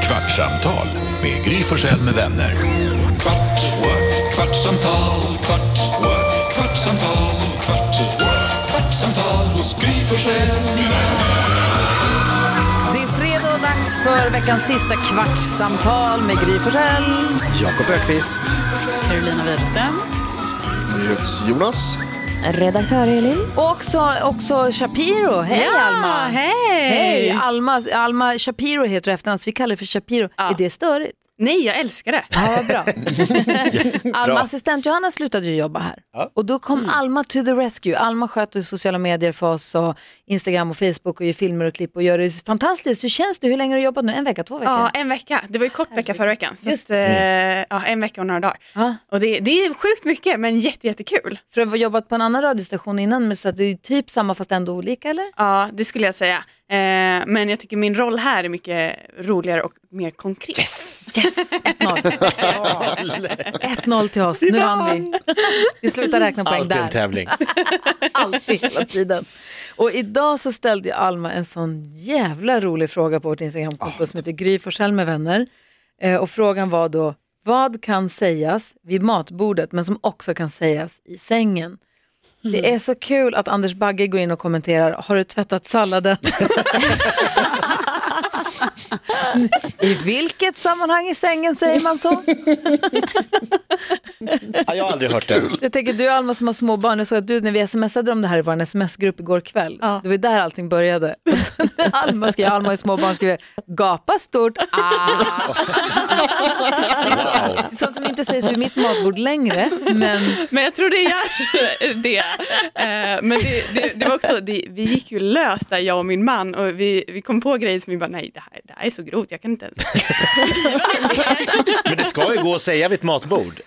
Kvartsamtal med Gry Forssell med vänner. Kvart, what? kvartsamtal, kvart, what? kvartsamtal, kvart, what? kvartsamtal hos Gry Forssell med vänner. Det är fredag och dags för veckans sista kvartssamtal med Gry Forssell. Jakob Ökvist. Carolina Widerström. Jonas. Redaktör Elin. Och också, också Shapiro. Hej Ja, Alma! hej! Hej! Alma, Alma Shapiro heter du efternamn, så vi kallar dig för Shapiro. Är det störigt? Nej, jag älskar det. Ja, vad bra. Alma, assistent Johanna slutade ju jobba här. Och då kom Mm. Alma to the rescue. Alma sköter sociala medier för oss och Instagram och Facebook och gör filmer och klipp och gör det fantastiskt. Hur känns det? Hur länge har du jobbat nu? En vecka, två veckor? Ja, en vecka. Det var ju kort vecka förra veckan. Så Just att, eh, ja, en vecka och några dagar. Ja. Och det, det är sjukt mycket, men jätte, jättekul. För att ha jobbat på en annan radiostation innan, men så att det är typ samma fast ändå olika eller? Ja, det skulle jag säga. Eh, men jag tycker min roll här är mycket roligare och mer konkret. Yes, 1-0. 1-0 till oss, nu vann vi. Vi slutar räkna poäng Alltid en där. tävling. Alltid, hela tiden. Och idag så ställde ju Alma en sån jävla rolig fråga på vårt Instagramkonto som heter Gry Forssell med vänner. Eh, och frågan var då, vad kan sägas vid matbordet men som också kan sägas i sängen? Mm. Det är så kul att Anders Bagge går in och kommenterar, har du tvättat salladen? I vilket sammanhang i sängen säger man så? Ja, jag har aldrig hört det. Jag tänker du Alma som har småbarn, jag såg att du när vi smsade om det här i vår sms-grupp igår kväll, det var ju där allting började. Alma skrev, Alma har ju småbarn, skrev gapa stort, ah. Wow. Sånt som inte sägs vid mitt matbord längre, men Men jag tror det görs det. Eh, Men det, det, det var också, det, vi gick ju lös där jag och min man och vi, vi kom på grejer som vi bara, nej det här, det här är så grovt, jag kan inte ens. Men det ska ju gå att säga vid ett matbord.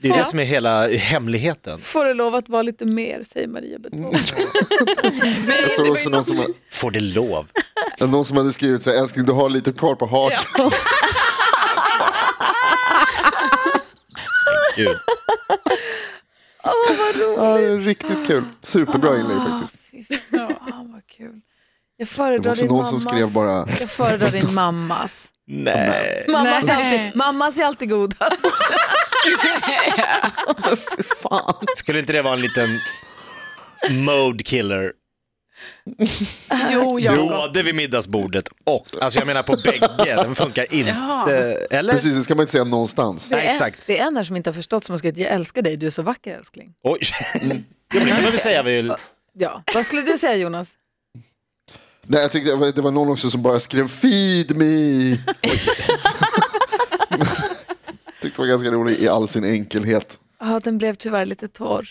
Det är det som är hela hemligheten. får det lov att vara lite mer, säger Maria Beton. Mm. Jag såg också någon som, Får det lov? någon som hade skrivit så här, älskling du har lite kvar på hakan. Gud. Ja, det är riktigt kul. Ah. Superbra inlägg faktiskt. Fan vad kul. Jag Det var föredrar också din någon som mammas. skrev bara, Jag föredrar din mammas. Nej. Mammas är alltid, mammas är alltid godast. fy fan. Skulle inte det vara en liten mode killer? Jo, ja. Både vid middagsbordet och, alltså jag menar på bägge, den funkar inte. Eller? Precis, det ska man inte säga någonstans. Nej, exakt. Det är en där som inte har förstått som har skrivit, jag älskar dig, du är så vacker älskling. Oj. Ja, men det kan man väl säga väl? Ja, vad skulle du säga Jonas? Nej, jag tyckte, det var- det var någon också som bara skrev feed me. tyckte det var ganska rolig i all sin enkelhet. Ja, den blev tyvärr lite torr.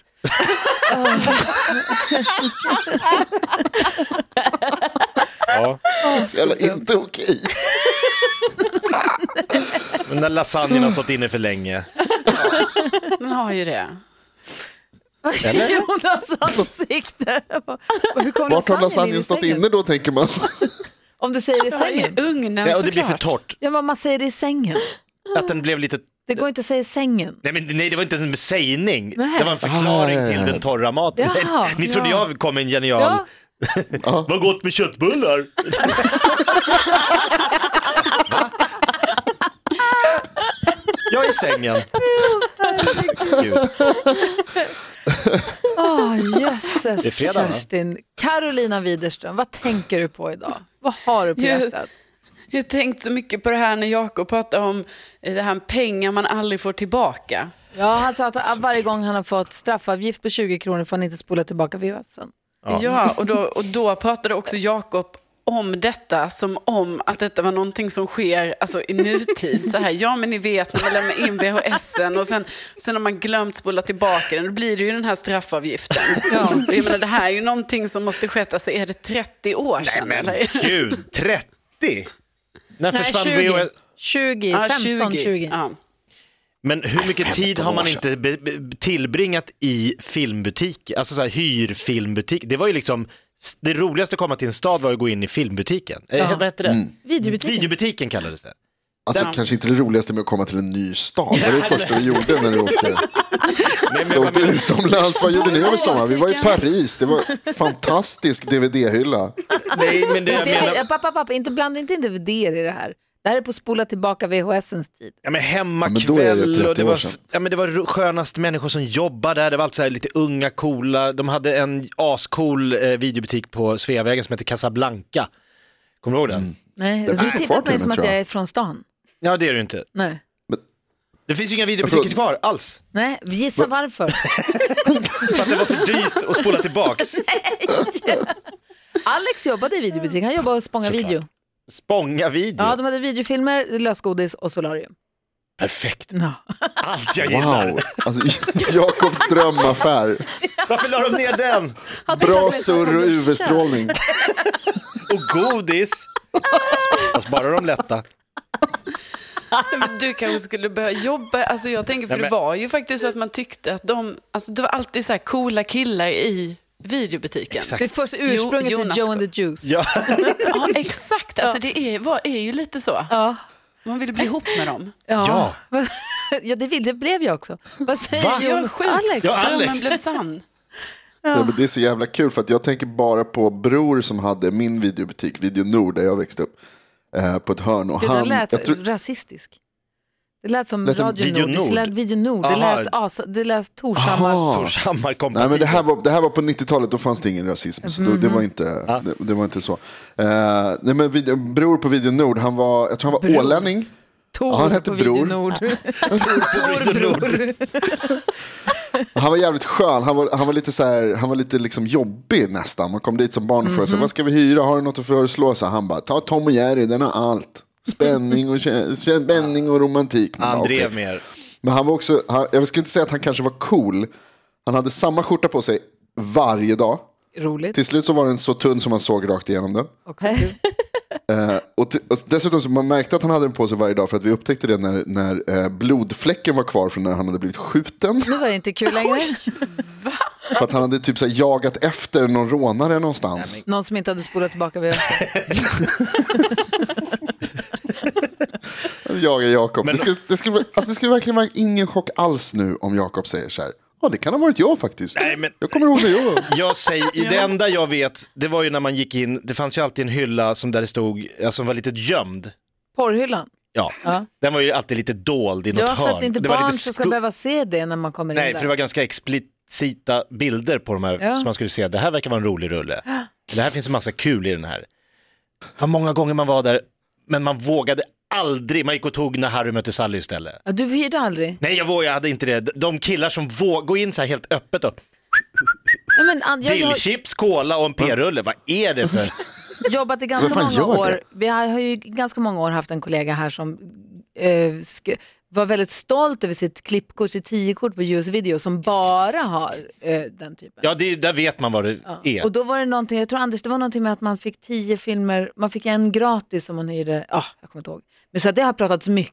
Ja. Så jävla inte okej. Men den lasagnen har stått inne för länge. Den har ju det. Jonas ansikte. Hur kom Vart lasagnen in i har lasagnen stått sängen? inne då tänker man? Om du säger det i Den har ju sängen. ugnen Ja, och det såklart. blir för torrt. Ja, men man säger det i sängen. Att den blev lite Det går inte att säga i sängen. Nej, men, nej, det var inte en sägning. Nej. Det var en förklaring Ah. till den torra maten. Jaha. Ni trodde jag kom med en genial... Ja. Vad gott med köttbullar! Va? jag är i sängen. Gud. Åh, Det är Ah, jösses fredag, va? Kerstin. Carolina Widerström, vad tänker du på idag? Vad har du på Jag- hjärtat? Jag har tänkt så mycket på det här när Jakob pratade om eh, det här med pengar man aldrig får tillbaka. Ja, han sa Alltså, att varje gång han har fått straffavgift på 20 kronor får han inte spola tillbaka VHSen. Ja, och, då, och då pratade också Jakob om detta som om att detta var någonting som sker alltså, i nutid. Så här, ja, men ni vet när man lämnar in VHSen och sen, sen har man glömt spola tillbaka den. Då blir det ju den här straffavgiften. Ja. Jag menar, det här är ju någonting som måste ske, alltså, är det 30 år sedan? eller? Gud, 30? När Nej, försvann 20. VHS? 20, Ja, 15, 20. Ja. Men Äh, hur mycket tid har man inte be- be- tillbringat i filmbutik, alltså så här, hyrfilmbutik? Det var ju liksom, s- det roligaste att komma till en stad var ju att gå in i filmbutiken. Eh, vad hette det? Mm. Videobutiken. Videobutiken kallades det. Alltså kanske inte det roligaste med att komma till en ny stad. Det var det första du gjorde när du åkte. Nej, Så men, åkte utomlands, vad gjorde ni över sommaren? Vi var i Paris, det var fantastisk DVD-hylla. nej, men det Det, jag menar, pappa, pappa, inte blanda inte in DVD i det här. Det här är på spola tillbaka VHSens tid. Ja, men Ja, men då hemmakväll är det 30 och det år var, sedan. ja, men det var ro- skönast människor som jobbade där. Det var alltid så här lite unga, coola. De hade en ascool eh, videobutik på Sveavägen som hette Casablanca. Kommer du ihåg den? Mm. Nej, Den du finns tittar kvar på mig till som och med, att tror jag jag. är från stan. Ja, det är det ju inte. Nej, Det finns ju inga videobutiker förlåt. kvar alls. Nej gissa varför. För att det var för dyrt att spola tillbaks. Alex jobbade i videobutik, han jobbade och spångade Såklart. video. Spånga video. Ja, de hade videofilmer, lösgodis och solarium. Perfekt. Ja. Allt jag gillar. Wow, alltså, Jakobs drömaffär. Varför la de ner den? Bra surr och UV-strålning. Och godis. Fast bara de lätta. Men Du kanske skulle börja jobba. Alltså jag tänker, för Nej, men- det var ju faktiskt så att man tyckte att de... Alltså det var alltid så här coola killar i videobutiken. Exakt. Det är först ursprunget Jo, Jonas till Joe and the Juice. Ja. Ja, exakt. Alltså det är, var, är ju lite så. Ja. Man ville bli ihop med dem. Ja, Ja. ja det, vill, det blev jag också. Vad säger Va? Ja, Jonas sjukt. Alex? Ja, Drömmen Alex. blev sann. Ja, men det är så jävla kul för att jag tänker bara på Bror som hade min videobutik, Video Nord, där jag växte upp, eh, på ett hörn. Och Det där han, lät jag tror, rasistisk. Det lät som Lät som Radio Video Nord, det Nord. lät Video Nord, det Aha. lät, as, det lät Torshammar. Ah. Aha. Torshammar nej, men det, kompatibel. här var, det här var på 90-talet, då fanns det ingen rasism. Så då, det, Mhm. var inte, det, det var inte så. Eh, nej, men video, Bror på Video Nord, han var, jag tror han var ålänning. Ja, han Tor hette på Video Bror. Nord. Torbror. Han var jävligt skön. Han var, han var lite, så här, han var lite liksom jobbig nästan. Man kom dit som barn och frågade Mhm. så här, vad ska vi hyra, har du något att föreslå? Så han bara, ta Tom och Jerry, den har allt. Spänning och, kä- spänning och romantik. Man bara, Han drev "Okej." med er. Men han var också, han, jag skulle inte säga att han kanske var cool. Han hade samma skjorta på sig varje dag. Roligt. Till slut så var den så tunn som man såg rakt igenom den. Också kul. Och, t- och dessutom så man märkte att han hade den på sig varje dag för att vi upptäckte det när, när eh, blodfläcken var kvar från när han hade blivit skjuten. Det var inte kul längre. För att han hade typ så här jagat efter någon rånare någonstans. Någon som inte hade spolat tillbaka vid Jagar Jakob. Men- Det skulle, det, skulle, alltså det skulle verkligen vara ingen chock alls nu om Jakob säger så här. Ja, det kan ha varit jag faktiskt. Nej, men- Jag kommer ihåg när jag var... Jag säger, det enda jag vet, det var ju när man gick in, det fanns ju alltid en hylla som där det stod, alltså, som var lite gömd. Porrhyllan. Ja. Ja. den var ju alltid lite dold i något Ja, för hörn. att inte det var barn lite som ska sku- behöva se det när man kommer in Nej, där. för det var ganska explicita bilder på de här Ja. som man skulle se, det här verkar vara en rolig rulle. Det här finns en massa kul i den här. Vad många gånger man var där, men man vågade aldrig, man gick och tog när Harry mötte Sally istället. ja, du hyrde aldrig? Nej, jag vågade jag hade inte det. De killar som vågar gå in så här helt öppet och Ja, men, an- jag, jag, dillchips, cola och en p-rulle, vad är det för? jobbat i ganska Vem fan många gör år. det? Vi har har ju i ganska många år haft en kollega här som eh, sk- var väldigt stolt över sitt klippkort, sitt 10-kort på US Video som bara har eh, den typen. Ja, det, är- där vet man vad det är. Och då var det någonting, jag tror Anders, det var någonting med att man fick tio filmer, man fick en gratis som man hyrde, ja, jag kommer inte ihåg. Men så att det har pratats mycket.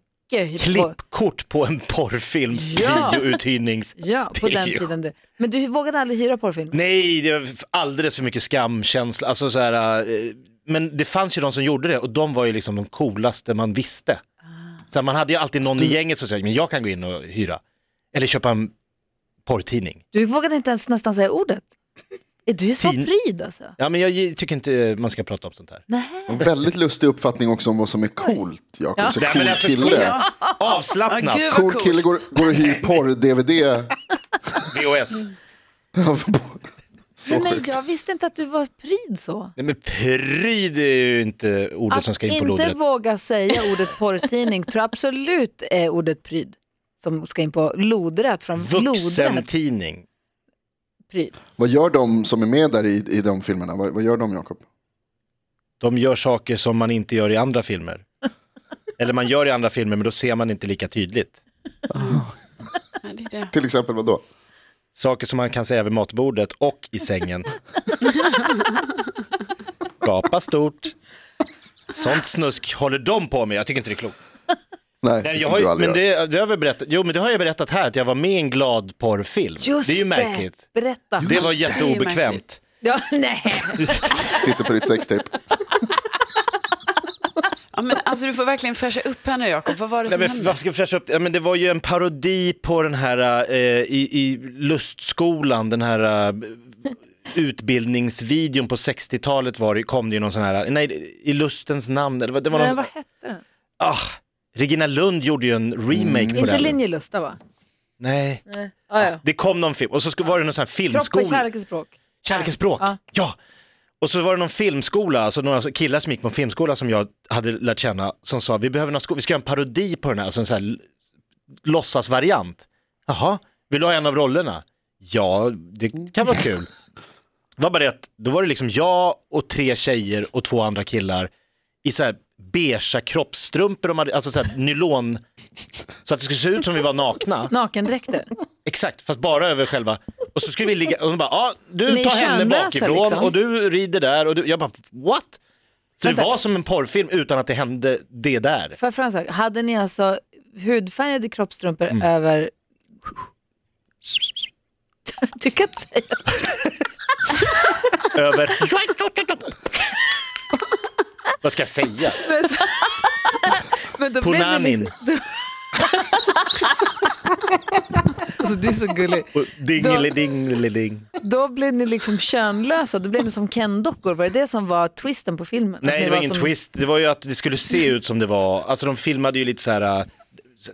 På, Klippkort på en porrfilms Ja. videouthyrnings... ja, på Det är den ju- tiden. Det. Men du vågade aldrig hyra porrfilmer? Nej, det var alldeles för mycket skamkänsla. Alltså, så här, eh, men det fanns ju de som gjorde det och de var ju liksom de coolaste man visste. Så här, man hade ju alltid någon i gänget som sa, men jag kan gå in och hyra. Eller köpa en porrtidning. Du vågade inte ens nästan säga ordet? Är du så Tin- pryd alltså? Ja, men jag ge- tycker inte man ska prata om sånt här. En väldigt lustig uppfattning också om vad som är coolt, Jakob. Så Nej, men cool alltså- kille. Avslappnat, Ja, gud vad Cool coolt. kille går, går och hyr porr-DVD. VHS. Så Nej, men sjukt. jag visste inte att du var pryd så. Nej men pryd är ju inte ordet som Att ska in på inte lodrätt. våga säga ordet porrtidning tror jag absolut är ordet pryd som ska in på lodrätt från lodrätt Vuxentidning. pryd. Vad gör de som är med där i, i de filmerna? Vad, vad gör de, Jakob? De gör saker som man inte gör i andra filmer. Eller man gör i andra filmer men då ser man inte lika tydligt. Ja, det är det. Till exempel vad då? Saker som man kan säga vid matbordet och i sängen. Gapa stort. Sånt snusk håller de på med, jag tycker inte det är klokt. Nej, Nej, det jag ska har du ju, aldrig men göra. det, det, har jag berättat, jo, men det har jag berättat här, att jag var med i en glad porrfilm. Just det är ju märkligt. Det. Berätta. Det var det är ju jätteobekvämt. märkligt. Ja, nej. Titta på ditt sextape. Ja, men alltså, du får verkligen fräscha upp här nu, Jakob. Vad var det Nej, som men hände? varför ska jag fräscha upp det? Ja, men det var ju en parodi på den här eh, i, i lustskolan, den här eh, utbildningsvideon på 60-talet var det, kom det ju någon sån här, nej i lustens namn, det var, det var Men någon, vad hette den? Ah, Regina Lund gjorde ju en remake på Inte den. Linjelusta va? Nej. Ah, ja. Det kom någon film och så skulle- var det någon sån här Kropp och filmskola. kärleksspråk. Kärlekens språk, Ja. ja. Och så var det någon filmskola, alltså några killar som gick på en filmskola som jag hade lärt känna som sa vi behöver några sko- vi ska göra en parodi på den här, alltså en sån här l- låtsasvariant. Jaha, vill du ha en av rollerna? Ja, det kan vara kul. Det var bara det att då var det liksom jag och tre tjejer och två andra killar i så här beigea kroppsstrumpor, de hade, alltså så här nylon, så att det skulle se ut som vi var nakna. Nakendräkter. Exakt, fast bara över själva. Och så skulle vi ligga, och de bara, ja Så ni du är tar henne könlösa, bakifrån liksom? och du rider där och du, jag bara, what? Så det Vänta. var som en porrfilm utan att det hände det där. Får jag fråga en sak? Hade ni alltså hudfärgade kroppstrumpor Mm. över... Du kan inte säga. Över... Vad ska jag säga? Men så- Men då blev det Punanin. liksom- Alltså, du är så gullig. Och Dingelidingeliding. Då blev ni liksom könlösa, då blev ni som Ken-dockor. Var det det som var twisten på filmen? Att Nej ni det var ingen som... twist, det var ju att det skulle se ut som det var, alltså de filmade ju lite så här, äh,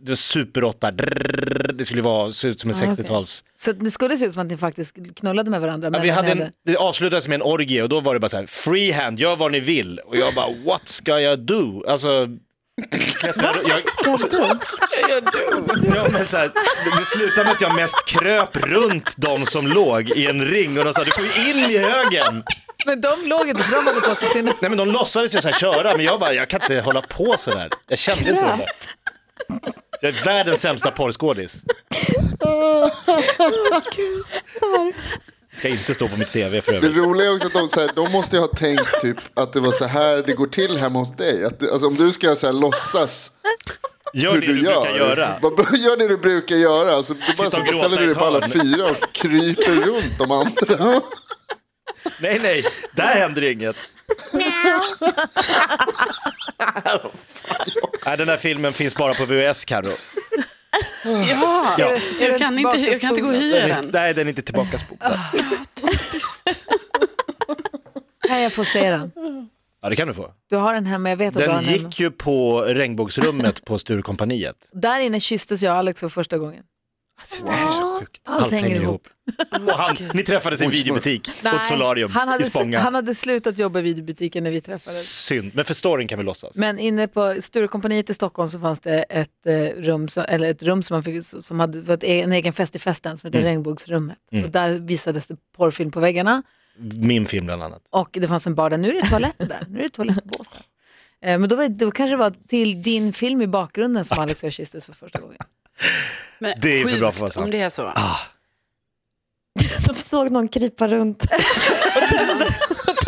det var super 8, det skulle vara, se ut som en Ah, 60-tals... Så att det skulle se ut som att ni faktiskt knullade med varandra. Ja, Men vi ni hade en, det avslutades med en orgie och då var det bara så här, freehand, gör vad ni vill. Och jag bara, what ska jag do? Alltså, klättrade, jag, ja, men så här, det- det slutade med att jag mest kröp runt de som låg i en ring och de sa, du får ju in i högen. Men de låg inte, för de hade på sig sina... Nej men de låtsades ju så här köra, men jag bara, jag kan inte hålla på så där. Jag kände inte det där. Så jag är världens sämsta porrskådis. Ska inte stå på mitt CV för Det övrigt. roliga är också att de, så här, de måste ju ha tänkt typ, att det var så här det går till hemma hos dig. Att, du- alltså, om du ska så här, låtsas Gör hur det du du gör. brukar göra. Bara, gör det du brukar göra. Alltså, du bara och så gråta ställer i du dig på alla ett hörn. fyra och kryper runt de andra. Nej, nej, där händer inget. nej, den här filmen finns bara på VHS, Carro. Ja, Ja. Så jag, kan inte, jag kan inte gå och hyra Den är, den. nej, den är inte tillbaka spolad. Kan jag få se den? Ja, det kan du få. Du har den hemma, jag vet att du har Den den hemma. gick ju på regnbågsrummet på Sturecompagniet. Där inne kysstes jag och Alex för första gången. Alltså, det här är så sjukt. Allt hänger Och han, ni träffades i en videobutik på ett solarium han hade, i Spånga. han hade slutat jobba i videobutiken när vi träffades. Synd, men för storyn kan vi låtsas. Men inne på Sturecompagniet i Stockholm så fanns det ett eh, rum, som, eller ett rum som, man fick, som hade var ett, e- en egen fest i festen som hette Regnbågsrummet. Och där visades det porrfilm på väggarna Min film bland annat. och det fanns en bar där. Nu är det toaletter där, nu är det toalettbås där. Eh, Men då, var det, då kanske det var till din film i bakgrunden som Alex och jag kysstes för första gången. Men Det är för sjukt bra för att vara sant. om det är så. Ah. De såg någon krypa runt.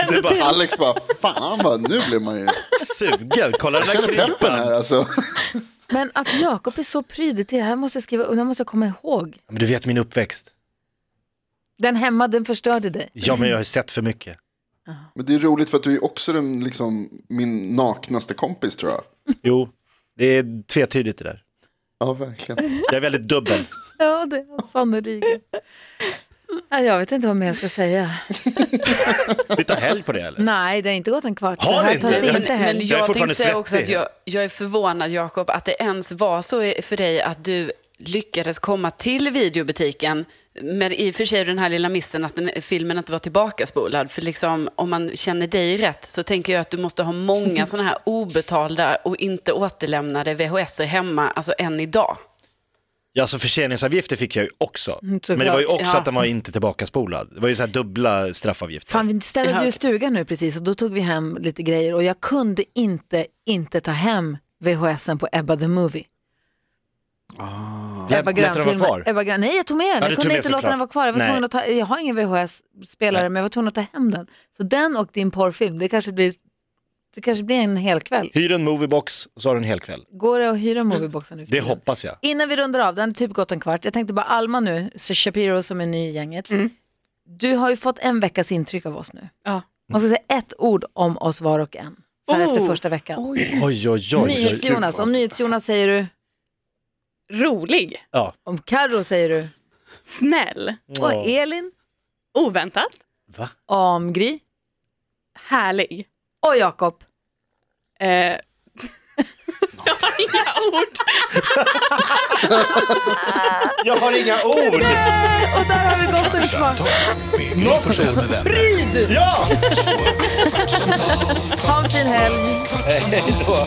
Du är bara Alex bara, fan vad, nu blir man ju... sugen, kolla den Jag där känner peppen här krypan. alltså. Men att Jakob är så prydig till det här måste jag skriva, och det här måste jag komma ihåg. Men du vet min uppväxt. Den hemma, den förstörde dig. Ja, men jag har ju sett för mycket. Men det är roligt för att du är också den, liksom, min naknaste kompis tror jag. Jo, det är tvetydigt det där. Ja, verkligen. Jag är väldigt dubbel. Ja, det är sannolikt. Ja, jag vet inte vad mer jag ska säga. Vi tar helg på det eller? Nej, det har inte gått en kvart. Har det här det inte? tas det Men- inte men heller. Jag är jag fortfarande tänkte säga också att 30. jag, jag är förvånad Jakob att det ens var så i- för dig att du lyckades komma till videobutiken med i och för sig den här lilla missen att den, filmen inte var tillbakaspolad. För liksom, om man känner dig rätt så tänker jag att du måste ha många sådana här obetalda och inte återlämnade VHS hemma, alltså än idag. Ja, alltså förseningsavgifter fick jag ju också. Mm, såklart. men det var ju också Ja. att den var inte tillbakaspolad. Det var ju så här dubbla straffavgifter. Fan, vi städade ju stugan nu precis och då tog vi hem lite grejer och jag kunde inte, inte ta hem VHSen på Ebba the Movie. Lät- Ebba lät den vara Grön-filmen. kvar? Ebba Grön. Nej, jag tog med den. Ja, du jag tog kunde med inte låta såklart. den vara kvar. Jag, var Nej. tvungen att ta, jag har ingen VHS-spelare, Nej. men jag var tvungen att ta hem den. Så den och din porrfilm, det kanske blir, det kanske blir en hel kväll. Hyr en moviebox och så har du en hel kväll. Går det att hyra movieboxen nu? för Det tiden? hoppas jag. Innan vi rundar av, den har typ gått en kvart. Jag tänkte bara Alma nu, så Shapiro som är ny i gänget. Mm. Du har ju fått en veckas intryck av oss nu. Ja. Man ska säga ett ord om oss var och en. Så här Oh. efter första veckan. Oj, oj, oj. oj, oj. NyhetsJonas, om NyhetsJonas säger du, Rolig, Ja. om Carro säger du, snäll, och Elin, oväntat, Va? om Gry härlig. och Jakob. Eh, Jag har inga ord. Jag har inga ord! Och där har vi gått en kvart. Kvartsamtal med Gry Forssell med vänner. Pryd! Ja! Ha en fin helg. Hej då.